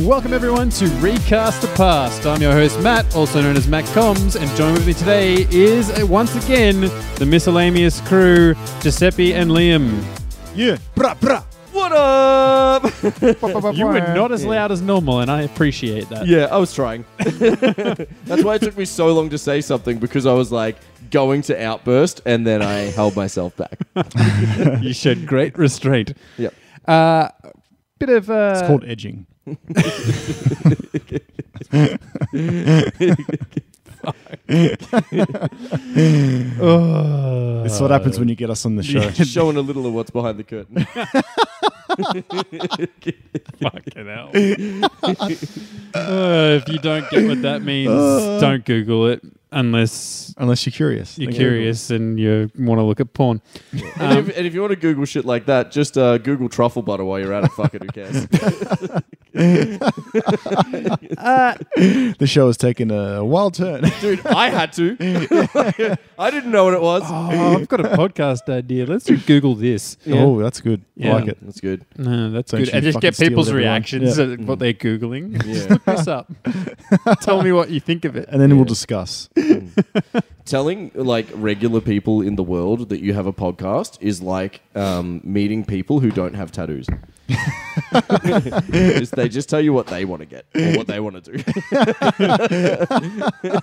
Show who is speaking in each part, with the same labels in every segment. Speaker 1: Welcome everyone to Recast the Past. I'm your host Matt, also known as Matt Combs, and joined with me today is uh, once again the miscellaneous crew, Giuseppe and Liam.
Speaker 2: Yeah. Bruh, bruh.
Speaker 3: What up?
Speaker 1: You were not as loud as normal, and I appreciate that.
Speaker 3: yeah, I was trying. That's why it took me so long to say something because I was like going to outburst and then I held myself back.
Speaker 1: You showed great restraint.
Speaker 3: Yep.
Speaker 1: Uh, bit of uh,
Speaker 2: It's called edging.
Speaker 1: Oh,
Speaker 2: It's what happens when you get
Speaker 3: Uh,
Speaker 2: us on the show.
Speaker 3: Showing a little of what's behind the curtain.
Speaker 1: Fucking hell. Uh, if you don't get what that means, don't Google it unless
Speaker 2: Unless you're curious.
Speaker 1: you're
Speaker 2: Like,
Speaker 1: curious and you want to look at porn.
Speaker 3: and, if, and if you want to Google shit like that, just uh, Google truffle butter while you're at it. Fuck it, who cares?
Speaker 2: The show has taken a wild turn.
Speaker 3: Dude, I had to. I didn't know what it was.
Speaker 1: Oh, I've got a podcast idea. Let's do Google this.
Speaker 2: Oh, that's good. I
Speaker 1: Yeah.
Speaker 2: like it.
Speaker 3: That's good.
Speaker 1: No, that's
Speaker 2: Don't
Speaker 1: good.
Speaker 2: you
Speaker 1: And just
Speaker 2: fucking
Speaker 1: get people's
Speaker 2: steal it, everyone.
Speaker 1: reactions
Speaker 2: Yeah.
Speaker 1: at what they're Googling. Just
Speaker 3: Yeah.
Speaker 1: look this up. Tell me what you think of it.
Speaker 2: And then
Speaker 3: Yeah.
Speaker 2: we'll discuss.
Speaker 3: Telling like regular people in the world that you have a podcast is like um, meeting people who don't have tattoos. Just- they just tell you what they want to get or what they want to do.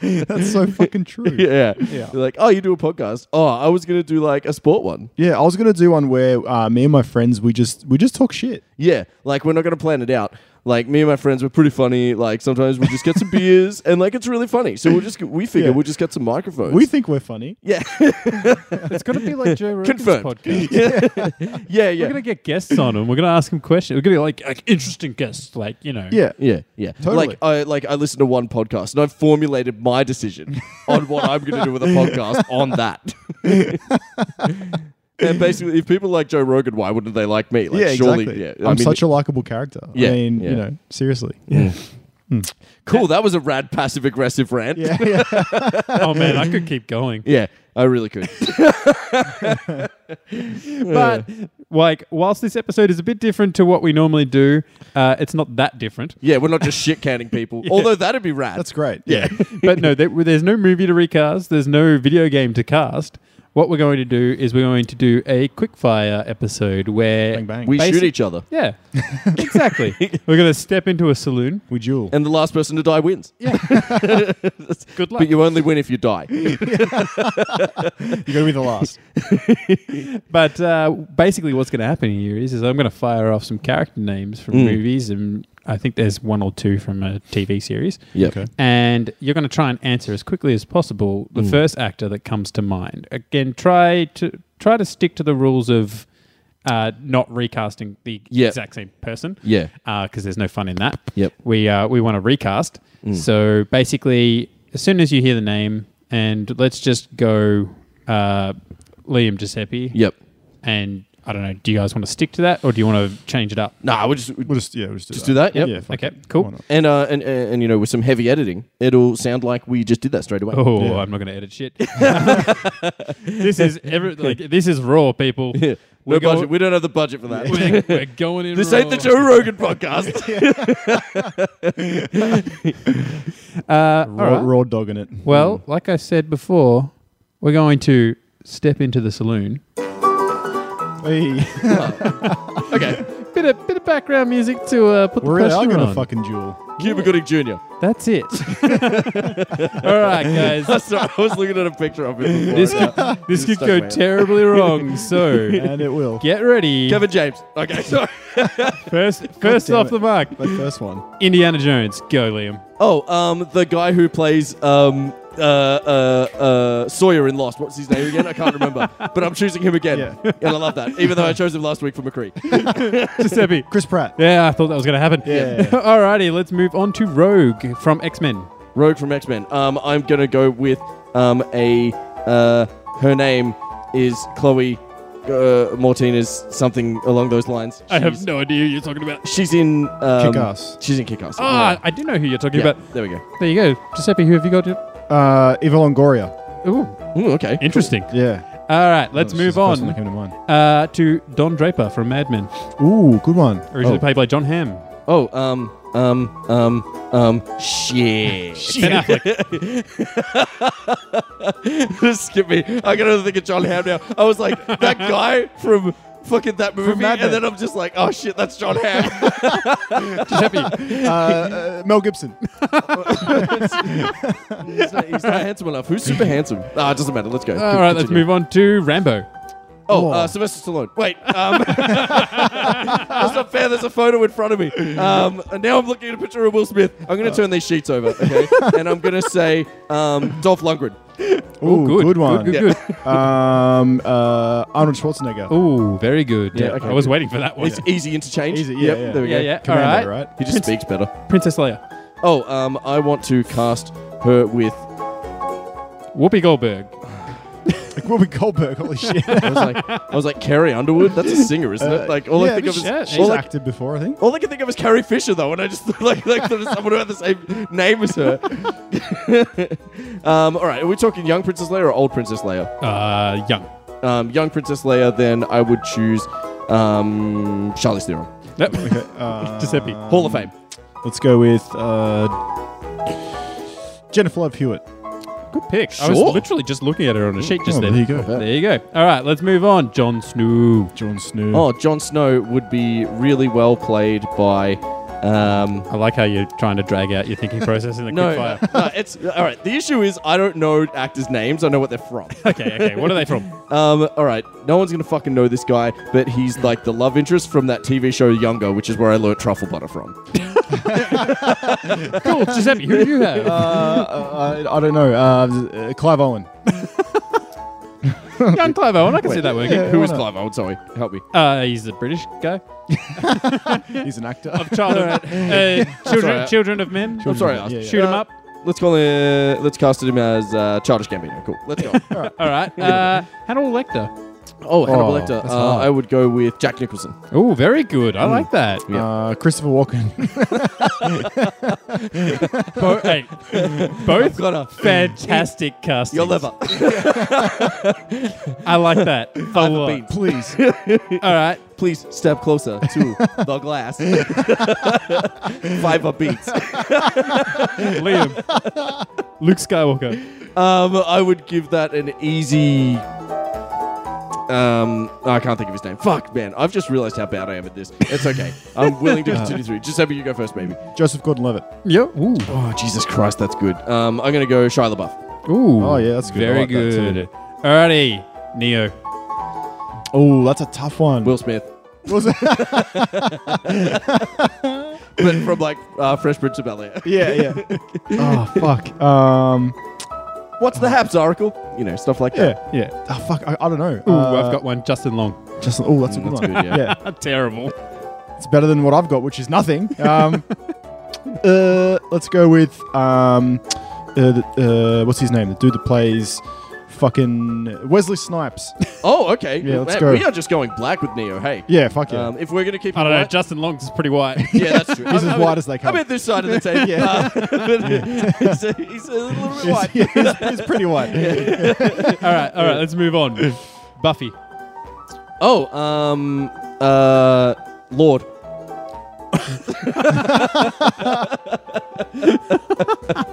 Speaker 2: That's so fucking true. yeah.
Speaker 3: yeah. They're like, oh, you do a podcast. Oh, I was going to do like a sport one.
Speaker 2: I was gonna do one where uh, me and my friends we just we just talk shit.
Speaker 3: Yeah. Like, we're not going to plan it out. Like, me and my friends were pretty funny. Like, sometimes we'll just get some beers and like it's really funny. So we'll just, we figure
Speaker 2: Yeah.
Speaker 3: we'll just get some microphones.
Speaker 2: We think we're funny.
Speaker 3: yeah.
Speaker 1: It's going to be like Joe Rogan's
Speaker 3: Confirmed.
Speaker 1: podcast.
Speaker 3: yeah.
Speaker 1: We're
Speaker 3: Yeah.
Speaker 1: going to get guests on and we're going to ask them questions. We're going to like, like interesting guests, like, you know.
Speaker 2: Yeah.
Speaker 3: Yeah, yeah.
Speaker 2: Totally.
Speaker 3: Like I like I listened to one podcast and I've formulated my decision on what I'm going to do with a podcast on that. and basically, if people like Joe Rogan, why wouldn't they like me? Like,
Speaker 2: yeah,
Speaker 3: surely,
Speaker 2: exactly.
Speaker 3: yeah.
Speaker 2: I'm such a likable character.
Speaker 3: Yeah,
Speaker 2: I mean,
Speaker 3: yeah.
Speaker 2: you know, seriously.
Speaker 3: cool. That was a rad passive aggressive rant.
Speaker 2: Yeah, yeah.
Speaker 1: Oh, man, I could keep going.
Speaker 3: Yeah, I really could.
Speaker 1: But, like, whilst this episode is a bit different to what we normally do, uh, it's not that different.
Speaker 3: Yeah, we're not just shit canning people. Although that'd be rad.
Speaker 2: That's great.
Speaker 3: Yeah.
Speaker 1: but no, there, there's no movie to recast. There's no video game to cast. What we're going to do is we're going to do a quickfire episode where
Speaker 2: Bang bang.
Speaker 3: We
Speaker 1: Basic-
Speaker 3: shoot each other,
Speaker 1: Yeah, exactly. we're going to step into a saloon.
Speaker 2: we duel.
Speaker 3: and the last person to die wins.
Speaker 1: Good luck.
Speaker 3: But
Speaker 1: But,
Speaker 3: you only win if you die.
Speaker 2: You gotta be the last.
Speaker 1: uh, basically, what's going to happen here is, is I'm going to fire off some character names from movies, and I think there's one or two from a TV series.
Speaker 3: Yeah.
Speaker 2: Okay.
Speaker 1: And you're going to try and answer as quickly as possible the
Speaker 3: Mm.
Speaker 1: first actor that comes to mind. Again, try to try to stick to the rules of uh, not recasting the
Speaker 3: Yeah.
Speaker 1: exact same person.
Speaker 3: Yeah.
Speaker 1: because there's no fun in that.
Speaker 3: Yep. Mm.
Speaker 1: We uh, we want to recast. So basically, as soon as you hear the name, and let's just go uh, Liam Giuseppe.
Speaker 3: Yep.
Speaker 1: And I don't know. Do you guys want to stick to that, or do you want to change it up?
Speaker 3: Nah, we'll just
Speaker 2: We'll just yeah, we'll just do
Speaker 3: Just
Speaker 2: that.
Speaker 3: do that, yep.
Speaker 2: Yeah, fuck
Speaker 1: Okay,
Speaker 2: it.
Speaker 1: cool.
Speaker 2: Why not?
Speaker 3: and uh and, and and, you know with some heavy editing, it'll sound like we just did that straight away.
Speaker 1: Oh,
Speaker 2: Yeah.
Speaker 1: I'm not going to edit shit. this is every, like this is raw, people.
Speaker 3: Yeah.
Speaker 1: We're
Speaker 3: No
Speaker 1: going-
Speaker 3: budget. We don't have the budget for that.
Speaker 1: We're, we're going in.
Speaker 3: This
Speaker 1: raw.
Speaker 3: ain't the Joe Rogan podcast.
Speaker 1: Uh, all
Speaker 2: Raw,
Speaker 1: right.
Speaker 2: raw dogging it.
Speaker 1: Well, like I said before, we're going to step into the saloon.
Speaker 2: Hey.
Speaker 3: okay.
Speaker 1: Bit of bit of background music to uh, put
Speaker 2: We're
Speaker 1: the
Speaker 2: really
Speaker 1: pressure
Speaker 2: are going to
Speaker 1: on.
Speaker 2: fucking duel.
Speaker 3: Cuba Gooding Jr.
Speaker 1: That's it. all right, guys.
Speaker 3: Sorry, I was looking at a picture of him before.
Speaker 1: This
Speaker 3: Yeah.
Speaker 1: could, this could
Speaker 3: stuck
Speaker 1: go
Speaker 3: my hand.
Speaker 1: terribly wrong. So
Speaker 2: And it will.
Speaker 1: get ready.
Speaker 3: Kevin James. Okay, sorry.
Speaker 1: first first
Speaker 2: damn
Speaker 1: off
Speaker 2: it.
Speaker 1: the mark,
Speaker 2: that first one.
Speaker 1: Indiana Jones. Go, Liam.
Speaker 3: Oh, um, the guy who plays um, uh, uh, uh, Sawyer in Lost. What's his name again? I can't remember. But I'm choosing him again,
Speaker 2: Yeah.
Speaker 3: and I love that. Even though I chose him last week for McCree.
Speaker 1: Giuseppe.
Speaker 2: Chris Pratt.
Speaker 1: Yeah, I thought that was going to happen.
Speaker 2: Yeah.
Speaker 1: Alrighty, let's move on to Rogue from X Men.
Speaker 3: Rogue from X Men. Um, I'm gonna go with um a uh her name is Chloe uh, Martinez something along those lines.
Speaker 1: I have
Speaker 3: She's-
Speaker 1: no idea who you're talking about.
Speaker 3: She's in um,
Speaker 2: Kick-Ass.
Speaker 3: She's in Kick Ass.
Speaker 1: Ah, I do know who you're talking about.
Speaker 3: there we go.
Speaker 1: There you go, Giuseppe. Who have you got? To?
Speaker 2: Uh, Eva Longoria.
Speaker 1: Ooh,
Speaker 3: Ooh, okay.
Speaker 1: interesting.
Speaker 2: Yeah.
Speaker 1: All right, let's
Speaker 2: That
Speaker 1: move
Speaker 2: was just Oh, the first one that
Speaker 1: on
Speaker 2: came to mind.
Speaker 1: uh, to Don Draper from Mad Men,
Speaker 2: Ooh, good one.
Speaker 1: originally
Speaker 2: Oh.
Speaker 1: played by John Hamm.
Speaker 3: Oh, um, um, um, um, shit. shit. Just skip me. I can only think of John Hamm now. I was like, that guy from fucking that movie.
Speaker 2: Mad
Speaker 3: And
Speaker 2: Men.
Speaker 3: then I'm just like, oh shit, that's John Hamm.
Speaker 1: Giuseppe.
Speaker 2: Uh, uh, Mel Gibson.
Speaker 3: he's, not, he's not handsome enough. Who's super handsome? Ah, it doesn't matter. Let's go.
Speaker 1: All right, let's move on to Rambo.
Speaker 3: Oh, uh, Sylvester Stallone. Wait, um, that's not fair. There's a photo in front of me. Um, and now I'm looking at a picture of Will Smith. I'm going to turn these sheets over, okay? and I'm going to say um, Dolph Lundgren.
Speaker 2: Ooh,
Speaker 1: Oh, good.
Speaker 2: good, one.
Speaker 1: Good, good, Oh,
Speaker 2: um, uh, Arnold Schwarzenegger.
Speaker 1: Ooh, very good.
Speaker 3: Yeah, okay,
Speaker 1: I was
Speaker 3: good.
Speaker 1: waiting for that one.
Speaker 3: It's easy interchange.
Speaker 2: Oh, Easy, yeah, yeah.
Speaker 3: There we
Speaker 1: yeah,
Speaker 3: go.
Speaker 1: yeah.
Speaker 2: Commander,
Speaker 1: All right.
Speaker 2: right?
Speaker 3: He just speaks better.
Speaker 1: Princess Leia.
Speaker 3: Oh, um, I want to cast her with.
Speaker 1: Whoopi Goldberg.
Speaker 2: Like Whoopi Goldberg. Holy shit.
Speaker 3: I was like, I was like Carrie Underwood. That's a singer, isn't
Speaker 2: Uh,
Speaker 3: it? Like all
Speaker 2: yeah,
Speaker 3: I think of is
Speaker 2: but
Speaker 1: yeah,
Speaker 2: she-
Speaker 1: all
Speaker 2: she's
Speaker 1: I-
Speaker 2: acted before, I think.
Speaker 3: all I can think of is Carrie Fisher though, and I just like like thought of someone who had the same name as her. um, all right, are we talking young Princess Leia or old Princess Leia?
Speaker 1: Uh, young.
Speaker 3: Um, young Princess Leia, then I would choose um, Charlize Theron,
Speaker 1: Nope.
Speaker 2: Uh,
Speaker 1: Giuseppe.
Speaker 3: Hall of Fame.
Speaker 2: Let's go with uh, Jennifer Love Hewitt.
Speaker 1: Good pick. I was
Speaker 3: Sure.
Speaker 1: literally just looking at her on a sheet just
Speaker 2: Oh,
Speaker 1: then.
Speaker 2: there you go.
Speaker 1: There you go. All right, let's move on. Jon Snow.
Speaker 2: Jon Snow.
Speaker 3: Oh, Jon Snow would be really well played by. Um,
Speaker 1: I like how you're trying to drag out your thinking process in the
Speaker 3: no,
Speaker 1: quickfire.
Speaker 3: no, it's all right. The issue is I don't know actors' names. I know what they're from.
Speaker 1: okay, okay. What are they from?
Speaker 3: Um, all right, no one's gonna fucking know this guy, but he's like the love interest from that TV show Younger, which is where I learnt truffle butter from.
Speaker 1: cool, Giuseppe. Who do you have?
Speaker 2: Uh, uh, I, I don't know. Uh, uh, Clive Owen.
Speaker 1: Young Clive Owen. I can see that working.
Speaker 2: Yeah,
Speaker 3: Who
Speaker 2: why
Speaker 3: is
Speaker 2: not?
Speaker 3: Clive Owen? Sorry, help me.
Speaker 1: Uh, he's a British guy.
Speaker 2: He's an actor.
Speaker 1: Child of, uh, children,
Speaker 3: Sorry.
Speaker 1: children of men.
Speaker 3: I'm sorry.
Speaker 2: Yeah,
Speaker 3: Alex.
Speaker 2: yeah.
Speaker 1: Shoot him
Speaker 3: Uh,
Speaker 1: up.
Speaker 3: Let's call it. Let's cast him as uh, Childish Gambino. Cool. Let's go.
Speaker 1: All right. Uh, Hannibal Lecter.
Speaker 3: oh, Hannibal
Speaker 2: Oh,
Speaker 3: Lecter.
Speaker 2: that's
Speaker 3: Uh,
Speaker 2: hard.
Speaker 3: I would go with Jack Nicholson.
Speaker 1: Oh, very good. I like that.
Speaker 3: Yeah.
Speaker 2: Uh, Christopher Walken.
Speaker 1: Bo- hey,
Speaker 3: I've
Speaker 1: both
Speaker 3: got a
Speaker 1: fantastic castings.
Speaker 3: your liver.
Speaker 1: I like that a
Speaker 3: I've
Speaker 1: lot.
Speaker 3: been.
Speaker 2: Please.
Speaker 1: All right.
Speaker 3: Please step closer to the glass. Five beats.
Speaker 1: Liam. Luke Skywalker.
Speaker 3: Um, I would give that an easy. Um, I can't think of his name. Fuck, man. I've just realized how bad I am at this. It's okay. I'm willing to continue through. Just happy you go first, baby.
Speaker 2: Joseph Gordon-Levitt.
Speaker 1: Yep. Ooh.
Speaker 3: Oh, Jesus Christ, that's good. Um, I'm gonna go Shia LaBeouf.
Speaker 1: Ooh.
Speaker 2: Oh, yeah, that's good. I
Speaker 1: Very
Speaker 2: like that too.
Speaker 1: good. Alrighty. Neo.
Speaker 2: Oh, that's a tough one.
Speaker 3: Will Smith.
Speaker 2: Was it-
Speaker 3: But from like uh, Fresh Prince of Bel Air.
Speaker 2: yeah, yeah. oh fuck. Um,
Speaker 3: What's the Haps Oracle? You know, stuff like that.
Speaker 2: yeah, yeah. Oh fuck. I, I don't know. Uh,
Speaker 1: Ooh, I've got one. Justin Long.
Speaker 2: Justin. Oh, that's a
Speaker 3: Mm,
Speaker 2: good
Speaker 3: that's
Speaker 2: one.
Speaker 3: good, yeah.
Speaker 1: Terrible.
Speaker 2: It's better than what I've got, which is nothing. Um, uh, let's go with um, uh, the- uh, what's his name? The dude that plays fucking Wesley Snipes.
Speaker 3: Oh, okay.
Speaker 2: Yeah, let's
Speaker 3: Man,
Speaker 2: go.
Speaker 3: We are just going black with Neo. Hey.
Speaker 2: yeah, fuck yeah.
Speaker 3: Um, if we're gonna keep.
Speaker 1: I
Speaker 3: it
Speaker 1: don't know.
Speaker 3: white-
Speaker 1: Justin Long's pretty white.
Speaker 3: Yeah, that's true.
Speaker 2: He's
Speaker 3: I'm-
Speaker 2: as
Speaker 3: I'm
Speaker 2: white
Speaker 3: at-
Speaker 2: as they
Speaker 3: I'm
Speaker 2: come.
Speaker 3: at this side of the table.
Speaker 2: Yeah.
Speaker 3: Uh, he's, a, he's a little bit
Speaker 2: He's-
Speaker 3: white.
Speaker 2: yeah, he's, he's pretty white.
Speaker 1: all right. All right. Let's move on. Buffy.
Speaker 3: Oh, um, uh, Lord.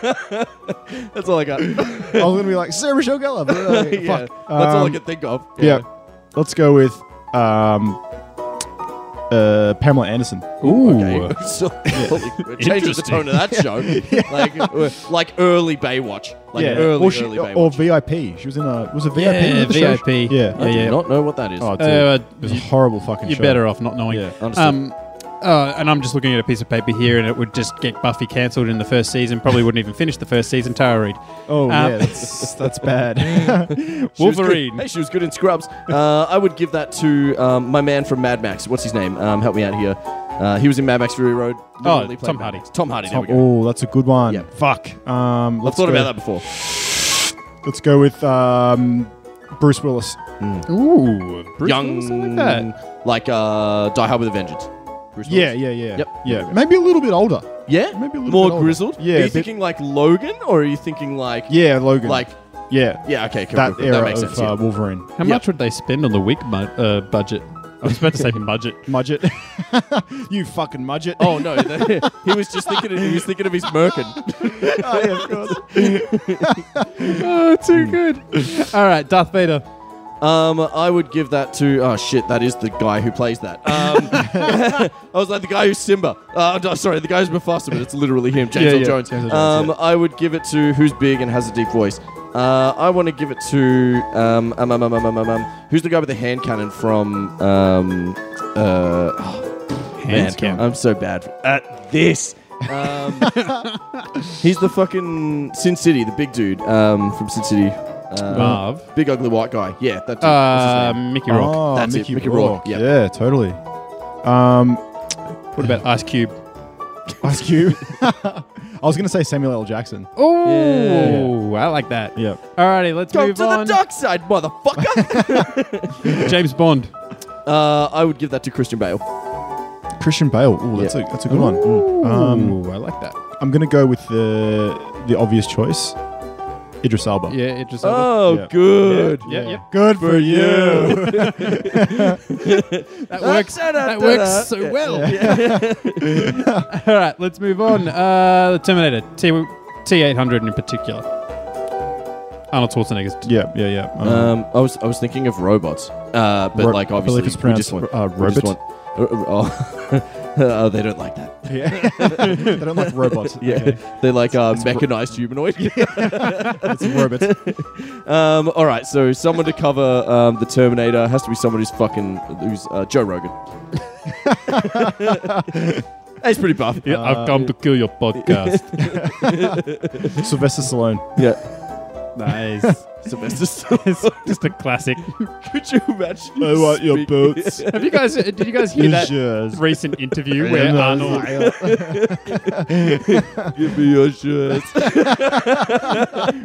Speaker 3: That's all I got.
Speaker 2: I was gonna be like Sarah Michelle Gellar. But, uh,
Speaker 3: yeah,
Speaker 2: Fuck.
Speaker 3: that's all I
Speaker 2: Um,
Speaker 3: could think of.
Speaker 2: Yeah. Let's go with um, uh, Pamela Anderson.
Speaker 1: Ooh.
Speaker 3: Okay. So, holy- it changes the
Speaker 1: Interesting.
Speaker 3: tone of that show. Like, uh, like early Baywatch. Like early,
Speaker 2: or, she- uh,
Speaker 3: early
Speaker 2: or-
Speaker 3: Baywatch.
Speaker 2: or VIP. She was in a was a VIP.
Speaker 1: Yeah,
Speaker 2: in the show?
Speaker 1: VIP.
Speaker 2: Yeah.
Speaker 3: I do
Speaker 1: yeah.
Speaker 3: not know what that is.
Speaker 2: Oh, dude,
Speaker 1: Uh,
Speaker 2: it was a horrible fucking.
Speaker 1: You're
Speaker 2: show.
Speaker 1: better off not knowing.
Speaker 2: Yeah,
Speaker 3: understood.
Speaker 1: um, uh, and I'm just looking at a piece of paper here, and it would just get Buffy cancelled in the first season. Probably wouldn't even finish the first season. Tara Reid.
Speaker 2: Oh
Speaker 1: Um,
Speaker 2: yeah, that's, that's bad.
Speaker 3: She was good-
Speaker 1: Wolverine.
Speaker 3: Hey, she was good in Scrubs. Uh, I would give that to um, my man from Mad Max. What's his name? Um, help me out here. Uh, he was in Mad Max Fury Road. Literally played
Speaker 1: Tom
Speaker 3: Mad
Speaker 1: Hardy.
Speaker 3: Max. Tom Hardy. There we go.
Speaker 2: oh, that's a good one.
Speaker 3: Yeah.
Speaker 2: Fuck. Um,
Speaker 3: I've
Speaker 2: let's
Speaker 3: thought
Speaker 2: go,
Speaker 3: about that before.
Speaker 2: that. Let's go with um, Bruce Willis.
Speaker 1: Ooh, Bruce
Speaker 3: Young,
Speaker 1: Willis, I like that.
Speaker 3: like, uh, Die Hard with a Vengeance. Bruce
Speaker 2: Yeah,
Speaker 3: Willis.
Speaker 2: yeah, yeah.
Speaker 3: Yep.
Speaker 2: Yeah, maybe a little bit older.
Speaker 3: yeah,
Speaker 2: Maybe a little
Speaker 3: more
Speaker 2: bit older.
Speaker 3: grizzled.
Speaker 2: Yeah,
Speaker 3: Are
Speaker 2: a
Speaker 3: you
Speaker 2: bit-
Speaker 3: thinking like Logan, or are you thinking like
Speaker 2: Yeah, Logan.
Speaker 3: like
Speaker 2: yeah,
Speaker 3: yeah? Okay, cool.
Speaker 2: that
Speaker 3: cool, cool.
Speaker 2: era
Speaker 3: that makes
Speaker 2: of
Speaker 3: sense.
Speaker 2: uh,
Speaker 3: yeah.
Speaker 2: Wolverine.
Speaker 1: How much would they spend on the wig mu- uh, budget? I was about to say budget.
Speaker 2: Mudget. you fucking Mudget.
Speaker 3: Oh no,
Speaker 2: um,
Speaker 3: the- he was just thinking. He was thinking of his merkin.
Speaker 2: Oh, yeah, of course.
Speaker 1: Oh, too good. All right, Darth Vader.
Speaker 3: Um, I would give that to. Oh shit, that is the guy who plays that. Um, I was like the guy who's Simba. Uh, no, sorry, the guy who's Mufasa, but it's literally him, James
Speaker 2: Yeah,
Speaker 3: Earl
Speaker 2: yeah,
Speaker 3: Jones.
Speaker 2: James Earl
Speaker 3: um,
Speaker 2: Jones,
Speaker 3: I would give it to who's big and has a deep voice. Uh, I want to give it to um, um, um, um, um, um, um, um, who's the guy with the hand cannon from um, uh, Man,
Speaker 2: cannon.
Speaker 3: I'm so bad at this. Um, he's the fucking Sin City, the big dude um, from Sin City. Uh,
Speaker 1: Marv.
Speaker 3: big ugly white guy. Yeah, that dude.
Speaker 1: Uh,
Speaker 3: What's his name?
Speaker 1: Mickey Rourke.
Speaker 2: Oh,
Speaker 3: That's it,
Speaker 2: Mickey,
Speaker 3: Mickey
Speaker 2: Rourke.
Speaker 3: Rourke, yeah.
Speaker 2: Yeah, totally. Um,
Speaker 1: What about Ice Cube?
Speaker 2: Ice Cube. I was gonna say Samuel L. Jackson.
Speaker 1: Oh, I like that.
Speaker 2: Yeah.
Speaker 1: Alrighty, let's
Speaker 3: Go
Speaker 1: move
Speaker 3: to
Speaker 1: on.
Speaker 3: the dark side, motherfucker.
Speaker 1: James Bond.
Speaker 3: uh, I would give that to Christian
Speaker 2: Oh,
Speaker 3: Bale.
Speaker 2: Christian Bale. Ooh, that's a that's a good
Speaker 1: Ooh,
Speaker 2: one. Um,
Speaker 1: I like that.
Speaker 2: I'm gonna go with the the obvious choice, Idris Elba.
Speaker 1: Yeah, Idris Elba.
Speaker 3: Oh,
Speaker 2: Yeah.
Speaker 3: good.
Speaker 1: Yeah, yeah.
Speaker 2: Good for you.
Speaker 1: That works. That works so well. All right, let's move on. Uh, the Terminator T T eight hundred in particular. Arnold Schwarzenegger's.
Speaker 2: yeah, yeah, yeah. Um,
Speaker 3: Um, I was I was thinking of robots, uh, but
Speaker 2: Ro-
Speaker 3: like
Speaker 2: I
Speaker 3: obviously
Speaker 2: believe it's
Speaker 3: we just
Speaker 2: pronounced
Speaker 3: want
Speaker 2: uh,
Speaker 3: we just
Speaker 2: robot.
Speaker 3: want- uh, oh, oh, they don't like that.
Speaker 2: Yeah. they don't like robots.
Speaker 3: Yeah,
Speaker 2: Okay.
Speaker 3: they like uh, mechanized humanoid.
Speaker 2: It's a robot.
Speaker 3: um, all right, so someone to cover um, the Terminator has to be someone who's fucking who's uh, Joe Rogan. He's pretty buff.
Speaker 1: Yeah, I've come to kill your podcast.
Speaker 2: Sylvester Stallone.
Speaker 3: Yeah,
Speaker 1: nice.
Speaker 3: Sylvester Stallone.
Speaker 1: It's just a classic.
Speaker 3: Could you imagine?
Speaker 2: I want your
Speaker 3: speak-
Speaker 2: boots.
Speaker 1: Have you guys? Did you guys hear that
Speaker 2: Yes.
Speaker 1: recent interview where Arnold?
Speaker 3: Give me your shirt.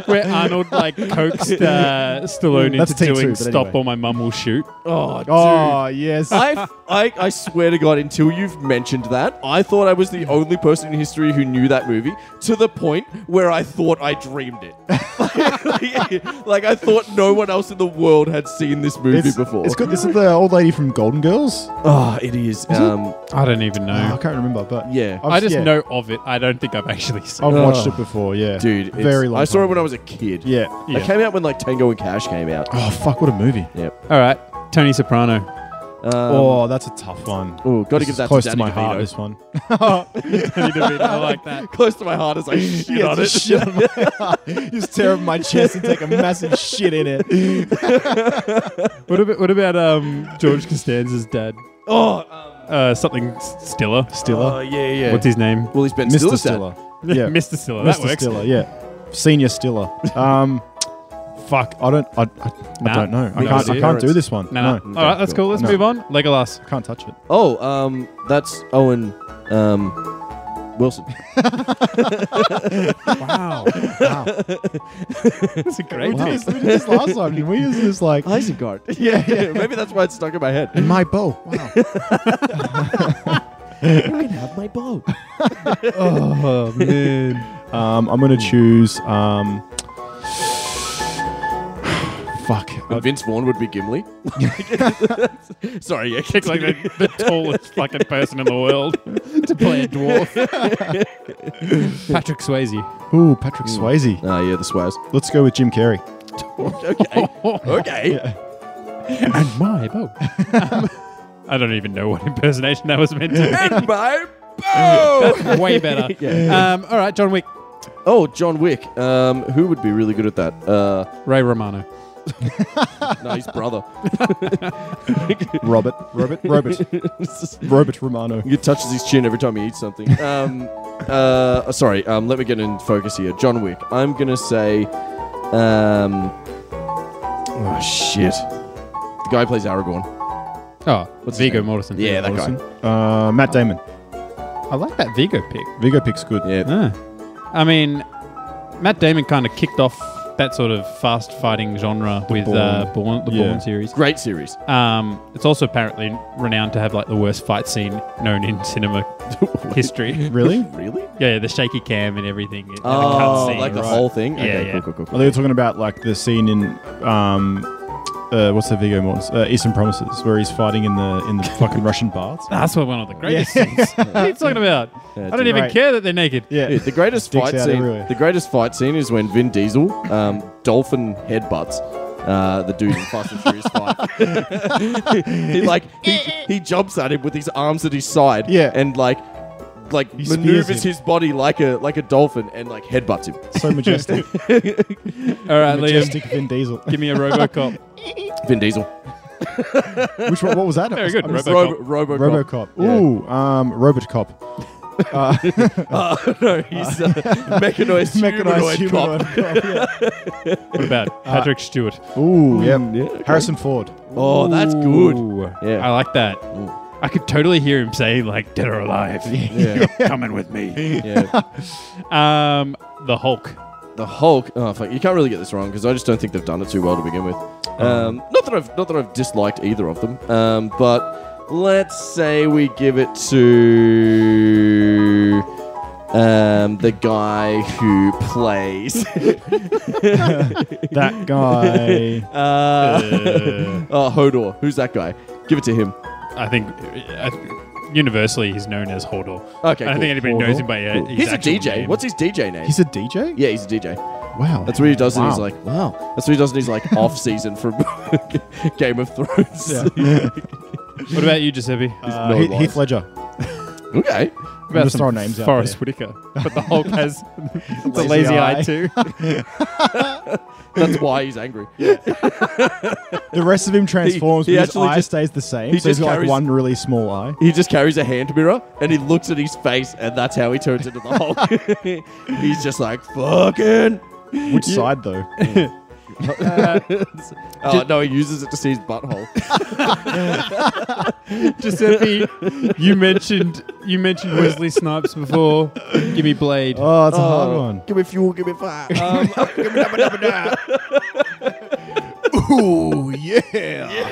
Speaker 1: where Arnold like coaxed uh, Stallone
Speaker 2: That's
Speaker 1: into
Speaker 2: T2,
Speaker 1: doing
Speaker 2: but
Speaker 1: "Stop
Speaker 2: anyway.
Speaker 1: or My Mum Will Shoot."
Speaker 3: Oh, dude.
Speaker 2: Oh yes.
Speaker 3: I, I, I swear to God, until you've mentioned that, I thought I was the only person in history who knew that movie to the point where I thought I dreamed it. like, I thought no one else in the world had seen this movie
Speaker 2: It's,
Speaker 3: before.
Speaker 2: it's good. This is the old lady from Golden Girls.
Speaker 3: Oh, it is. Um,
Speaker 1: I don't even
Speaker 2: Oh, I
Speaker 1: know.
Speaker 2: can't remember, but
Speaker 3: Yeah.
Speaker 1: I just
Speaker 2: yeah,
Speaker 1: know of it. I don't think I've actually seen.
Speaker 2: I've
Speaker 1: it.
Speaker 2: watched
Speaker 3: Ugh.
Speaker 2: it before. Yeah,
Speaker 3: dude, it's-
Speaker 2: Very long.
Speaker 3: I saw
Speaker 2: time
Speaker 3: it when I
Speaker 2: ago.
Speaker 3: was a kid.
Speaker 2: Yeah.
Speaker 1: Yeah.
Speaker 3: It came out when like Tango and Cash came out.
Speaker 2: Oh fuck! What a movie.
Speaker 3: Yep.
Speaker 1: All right, Tony Soprano.
Speaker 3: Um,
Speaker 2: oh, that's a tough one.
Speaker 3: ooh, gotta
Speaker 2: This
Speaker 3: give
Speaker 2: is
Speaker 3: that
Speaker 2: close
Speaker 3: to,
Speaker 2: to
Speaker 3: Danny
Speaker 2: my
Speaker 3: DeVito.
Speaker 2: heart. This one.
Speaker 1: Danny DeVito. I like that.
Speaker 3: Close to my heart as I shit on it.
Speaker 2: just shit on my heart. Just tear up my chest and take a massive shit in it.
Speaker 1: What about what about um, George Costanza's dad?
Speaker 3: Oh, um,
Speaker 1: Uh, something S- Stiller.
Speaker 3: oh,
Speaker 2: Stiller,
Speaker 3: yeah, yeah.
Speaker 1: What's his name?
Speaker 3: well, he's been
Speaker 2: Mr.
Speaker 3: Stiller's dad.
Speaker 2: Stiller. Yeah,
Speaker 1: Mr. Stiller. That
Speaker 2: Mr.
Speaker 1: works.
Speaker 2: Stiller. Yeah, senior Stiller. Um, fuck. I don't. I, I,
Speaker 1: Nah.
Speaker 2: I don't know. I
Speaker 1: Me
Speaker 2: can't. I
Speaker 1: neither.
Speaker 2: can't do this one.
Speaker 1: No, no.
Speaker 2: no.
Speaker 1: All right, that's cool. Let's
Speaker 2: No.
Speaker 1: move on. Legolas.
Speaker 2: I can't touch it.
Speaker 3: Oh, um, that's Owen um, Wilson.
Speaker 1: Wow,
Speaker 2: Wow.
Speaker 1: that's a great
Speaker 2: We
Speaker 1: pick.
Speaker 2: did this, we did this last time, didn't we? This is like
Speaker 3: Isengard.
Speaker 2: yeah, yeah.
Speaker 3: Maybe that's why it's stuck in my head.
Speaker 2: And my bow. Wow.
Speaker 3: I can have my bow.
Speaker 2: oh man. Um, I'm gonna choose. Um, fuck.
Speaker 3: But Vince Vaughn would be Gimli. Sorry, yeah,
Speaker 1: Pick like the, the tallest fucking person in the world to play a dwarf. Patrick Swayze.
Speaker 2: Ooh, Patrick Swayze.
Speaker 3: Ah, yeah, the swears.
Speaker 2: Let's go with Jim Carrey.
Speaker 3: okay, okay.
Speaker 1: and my bow.
Speaker 3: Um,
Speaker 1: I don't even know what impersonation that was meant to
Speaker 3: And my bow.
Speaker 1: be. Way better. Um, all right, John Wick.
Speaker 3: Oh, John Wick. Um, who would be really good at that? Uh,
Speaker 1: Ray Romano.
Speaker 3: no, his brother.
Speaker 2: Robert. Robert. Robert. Robert Romano.
Speaker 3: It touches his chin every time he eats something. Um, uh, sorry, um, let me get in focus here. John Wick. I'm gonna say, um, oh shit, the guy who plays Aragorn.
Speaker 1: Oh,
Speaker 3: What's his
Speaker 1: Vigo
Speaker 3: name?
Speaker 1: Mortensen.
Speaker 3: Yeah, that
Speaker 2: Morrison. Uh, Matt Damon.
Speaker 1: I like that Vigo pick.
Speaker 2: Vigo picks good.
Speaker 3: Yeah.
Speaker 1: Ah. I mean, Matt Damon kind of kicked off that sort of fast fighting genre with uh, Bourne, the
Speaker 2: Yeah.
Speaker 1: Bourne series.
Speaker 3: Great series.
Speaker 1: Um, it's also apparently renowned to have like the worst fight scene known in cinema history.
Speaker 2: Really?
Speaker 3: Really?
Speaker 1: Yeah, the shaky cam and everything. and the
Speaker 3: Oh,
Speaker 1: cutscene.
Speaker 3: like the
Speaker 2: right.
Speaker 3: whole thing.
Speaker 1: Yeah,
Speaker 3: okay,
Speaker 1: yeah.
Speaker 3: cool, cool, cool.
Speaker 2: Are they talking about like the scene in um, uh, what's the Vigo Mortens? Uh, Eastern Promises, where he's fighting in the in the fucking Russian baths.
Speaker 1: That's what one of the greatest scenes. what are you talking about?
Speaker 3: Yeah,
Speaker 1: I
Speaker 3: dude.
Speaker 1: don't even
Speaker 2: Right.
Speaker 1: care that they're naked.
Speaker 2: Yeah,
Speaker 3: Dude, the greatest
Speaker 2: Sticks
Speaker 3: fight
Speaker 2: out
Speaker 3: scene.
Speaker 2: everywhere.
Speaker 3: The greatest fight scene is when Vin Diesel um, dolphin headbutts uh, the dude in Fast and Furious fight. he like he, he jumps at him with his arms at his side.
Speaker 2: Yeah.
Speaker 3: and like like
Speaker 2: He spears
Speaker 3: maneuvers
Speaker 2: him.
Speaker 3: his body like a like a dolphin and like headbutts him.
Speaker 2: so majestic,
Speaker 1: All right, Liam,
Speaker 2: majestic Vin Diesel.
Speaker 1: give me a RoboCop.
Speaker 3: Vin Diesel.
Speaker 2: Which one? What was that?
Speaker 1: Very good,
Speaker 2: I missed
Speaker 1: Robocop.
Speaker 3: Robo-
Speaker 2: that.
Speaker 3: Robocop.
Speaker 2: RoboCop.
Speaker 3: Yeah.
Speaker 2: Ooh, um, RoboCop.
Speaker 3: Oh, no, he's uh, mechanized, humanoid
Speaker 2: Mechanized humanoid
Speaker 3: cop.
Speaker 2: cop, yeah.
Speaker 1: What about Patrick Stewart?
Speaker 2: Ooh, Mm, yeah.
Speaker 3: yeah, okay.
Speaker 2: Harrison Ford.
Speaker 3: Oh, that's good.
Speaker 1: Ooh,
Speaker 3: Yeah.
Speaker 1: I like that.
Speaker 3: Ooh.
Speaker 1: I could totally hear him say like "Dead or Alive."
Speaker 3: Yeah.
Speaker 1: coming with me.
Speaker 3: yeah.
Speaker 1: Um, the Hulk.
Speaker 3: The Hulk. Oh fuck! You can't really get this wrong because I just don't think they've done it too well to begin with. Um, not that I've not that I've disliked either of them. Um, but let's say we give it to um, the guy who plays.
Speaker 2: That guy.
Speaker 3: uh,
Speaker 1: Uh,
Speaker 3: oh, Hodor. Who's that guy? Give it to him.
Speaker 1: I think uh, universally he's known as Hodor.
Speaker 3: Okay.
Speaker 1: I don't
Speaker 3: cool.
Speaker 1: think anybody
Speaker 2: Hodor.
Speaker 1: knows him by uh,
Speaker 3: Cool.
Speaker 1: his
Speaker 3: He's a
Speaker 1: actual
Speaker 3: DJ.
Speaker 1: name.
Speaker 3: What's his DJ name?
Speaker 2: He's a DJ.
Speaker 3: yeah, he's a DJ.
Speaker 2: Wow.
Speaker 3: That's what he does, and he's
Speaker 2: Wow.
Speaker 3: like, "Wow." That's what he does, and he's like, "Off season from Game of Thrones."
Speaker 1: What about you, Giuseppe?
Speaker 2: Uh,
Speaker 3: no
Speaker 2: Heath-
Speaker 3: lies.
Speaker 2: Heath Ledger.
Speaker 3: okay.
Speaker 1: What about
Speaker 2: just
Speaker 1: some
Speaker 2: throwing names out
Speaker 1: Forrest Whitaker, but the Hulk has the lazy eye too.
Speaker 3: That's why he's angry.
Speaker 2: The rest of him transforms,
Speaker 3: he
Speaker 2: but his
Speaker 3: actually
Speaker 2: eye
Speaker 3: just-
Speaker 2: stays the same.
Speaker 3: he
Speaker 2: so he's
Speaker 3: just
Speaker 2: got like
Speaker 3: carries-
Speaker 2: one really small eye.
Speaker 3: He just carries a hand mirror and he looks at his face, and that's how he turns into the Hulk. he's just like, fucking.
Speaker 2: Which side though?
Speaker 3: Oh, no, he uses it to see his butthole.
Speaker 1: Giuseppe, you mentioned you mentioned Wesley Snipes before. Give me Blade.
Speaker 2: Oh, that's a
Speaker 3: Oh,
Speaker 2: hard one.
Speaker 3: Give me fuel, give me fire. Um,
Speaker 2: Ooh, yeah.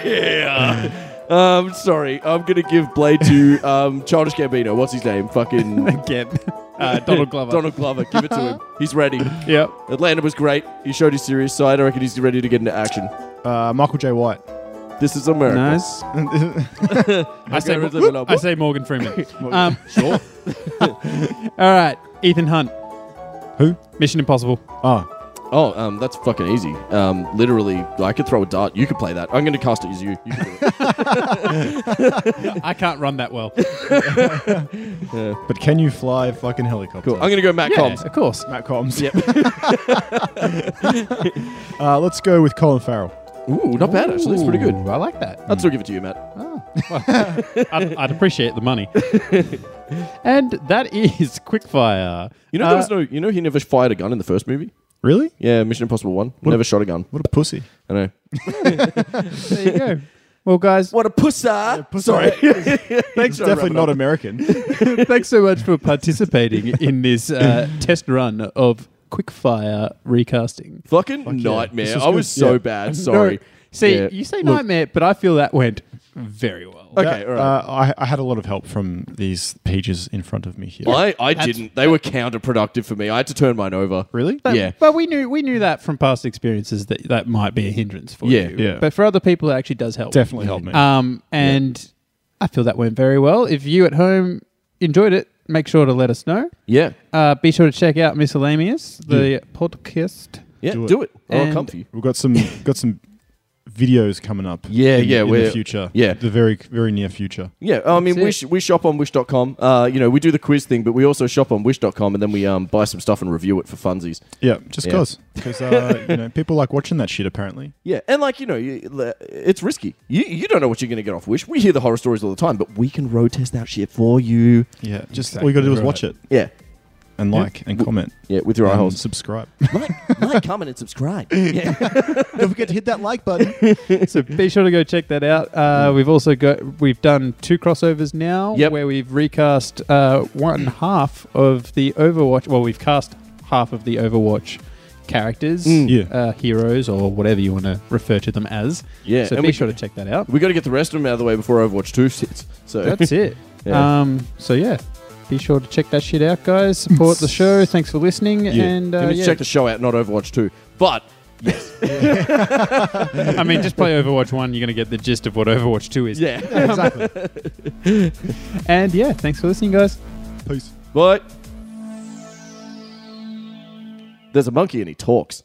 Speaker 3: yeah. Um, sorry, I'm gonna give Blade to um, Childish Gambino. What's his name? Fucking
Speaker 1: Again, uh, Donald Glover.
Speaker 3: Donald Glover. Give it to him. He's ready.
Speaker 1: Yep.
Speaker 3: Atlanta was great. He showed his serious side. I reckon he's ready to get into action.
Speaker 2: Uh, Michael J. White.
Speaker 3: This is America.
Speaker 1: Nice. I say,
Speaker 3: Okay,
Speaker 1: Mo-
Speaker 3: whoop.
Speaker 1: I say Morgan Freeman. Um, sure. all right, Ethan Hunt.
Speaker 2: Who?
Speaker 1: Mission Impossible.
Speaker 2: Oh,
Speaker 3: Oh, um, that's fucking easy. Um, literally, I could throw a dart. You could play that. I'm going to cast it as you. You can do it.
Speaker 1: I can't run that well.
Speaker 2: but can you fly a fucking helicopter?
Speaker 3: Cool. I'm going to go Matt Combs.
Speaker 1: of course.
Speaker 2: Matt Combs.
Speaker 3: Yep.
Speaker 2: Uh, let's go with Colin Farrell.
Speaker 3: Ooh, not bad actually. It's pretty good.
Speaker 1: I like that.
Speaker 3: I'd still give it to you, Matt.
Speaker 1: I'd, I'd appreciate the money. and that is quickfire.
Speaker 3: You know
Speaker 1: Uh,
Speaker 3: there was no. You know he never fired a gun in the first movie.
Speaker 2: Really?
Speaker 3: Yeah, Mission Impossible One. Never shot a gun.
Speaker 2: What a pussy.
Speaker 3: I know.
Speaker 1: There you go. Well, guys,
Speaker 3: What a pussy! Sorry. Thanks.
Speaker 2: He's definitely not American.
Speaker 1: thanks so much for participating in this uh, test run of quickfire recasting.
Speaker 3: fucking
Speaker 2: yeah.
Speaker 3: nightmare.
Speaker 2: This is
Speaker 3: I was
Speaker 2: good.
Speaker 3: so
Speaker 2: Yeah.
Speaker 3: bad. Sorry.
Speaker 1: No, see,
Speaker 3: Yeah.
Speaker 1: you say nightmare, but I feel that went very well.
Speaker 3: Okay, all right.
Speaker 2: Uh, I, I had a lot of help from these pages in front of me here.
Speaker 3: I, I didn't. They were counterproductive for me. I had to turn mine over.
Speaker 2: Really?
Speaker 1: But,
Speaker 3: Yeah.
Speaker 1: but we knew we knew that from past experiences that that might be a hindrance for
Speaker 3: Yeah.
Speaker 1: you.
Speaker 2: Yeah.
Speaker 1: But for other people, it actually does help.
Speaker 2: Definitely helped me.
Speaker 1: Um, and I feel that went very well. If you at home enjoyed it, make sure to let us know.
Speaker 3: Yeah.
Speaker 1: Uh, be sure to check out Miscellaneous, the podcast.
Speaker 3: Yeah.
Speaker 2: Do
Speaker 3: Do
Speaker 2: it.
Speaker 3: it. Or I'll
Speaker 1: And-
Speaker 3: come for you.
Speaker 2: We've got some got some videos coming up.
Speaker 3: Yeah,
Speaker 2: in,
Speaker 3: yeah,
Speaker 2: in the
Speaker 3: we're-
Speaker 2: future.
Speaker 3: yeah.
Speaker 2: the very very near future.
Speaker 3: Yeah, I mean,
Speaker 1: That's it.
Speaker 3: wish, we shop on wish.com. Uh, you know, we do the quiz thing, but we also shop on wish.com and then we um, buy some stuff and review it for funsies.
Speaker 2: Yeah, just
Speaker 3: Yeah.
Speaker 2: cause because uh, you know people like watching that shit apparently.
Speaker 3: Yeah, and like, you know, you, le- it's risky. You, you don't know what you're going to get off Wish. We hear the horror stories all the time, but we can road test out shit for you.
Speaker 2: Yeah, just all you got to do is
Speaker 1: Exactly
Speaker 2: watch it
Speaker 3: Yeah,
Speaker 2: and like and comment
Speaker 3: yeah, with your
Speaker 1: Um,
Speaker 3: eye
Speaker 2: and
Speaker 3: holes.
Speaker 2: subscribe.
Speaker 3: like, like, comment, and subscribe. Yeah.
Speaker 2: Don't forget to hit that like button.
Speaker 1: so be sure to go check that out. Uh, we've also got we've done two crossovers now,
Speaker 3: Mm. Yep.
Speaker 1: where we've recast uh, one half of the Overwatch. Well, we've cast half of the Overwatch characters,
Speaker 3: Mm.
Speaker 2: Yeah.
Speaker 1: uh, heroes, or whatever you want to refer to them as.
Speaker 3: Yeah,
Speaker 1: So
Speaker 3: and
Speaker 1: be
Speaker 3: we-
Speaker 1: sure to check that out.
Speaker 3: we got to get the rest of them out of the way before Overwatch 2 sits. So
Speaker 1: That's it.
Speaker 3: Yeah.
Speaker 1: Um, so yeah, be sure to check that shit out, guys. Support the show. Thanks for listening,
Speaker 2: Yeah.
Speaker 1: and uh,
Speaker 3: You need to
Speaker 1: yeah,
Speaker 3: check the show out, not Overwatch 2. But, yes.
Speaker 1: I mean, just play Overwatch 1, you're going to get the gist of what Overwatch 2 is.
Speaker 3: Yeah.
Speaker 2: Yeah, exactly.
Speaker 1: And yeah, thanks for listening, guys.
Speaker 2: Peace.
Speaker 3: But there's a monkey and he talks.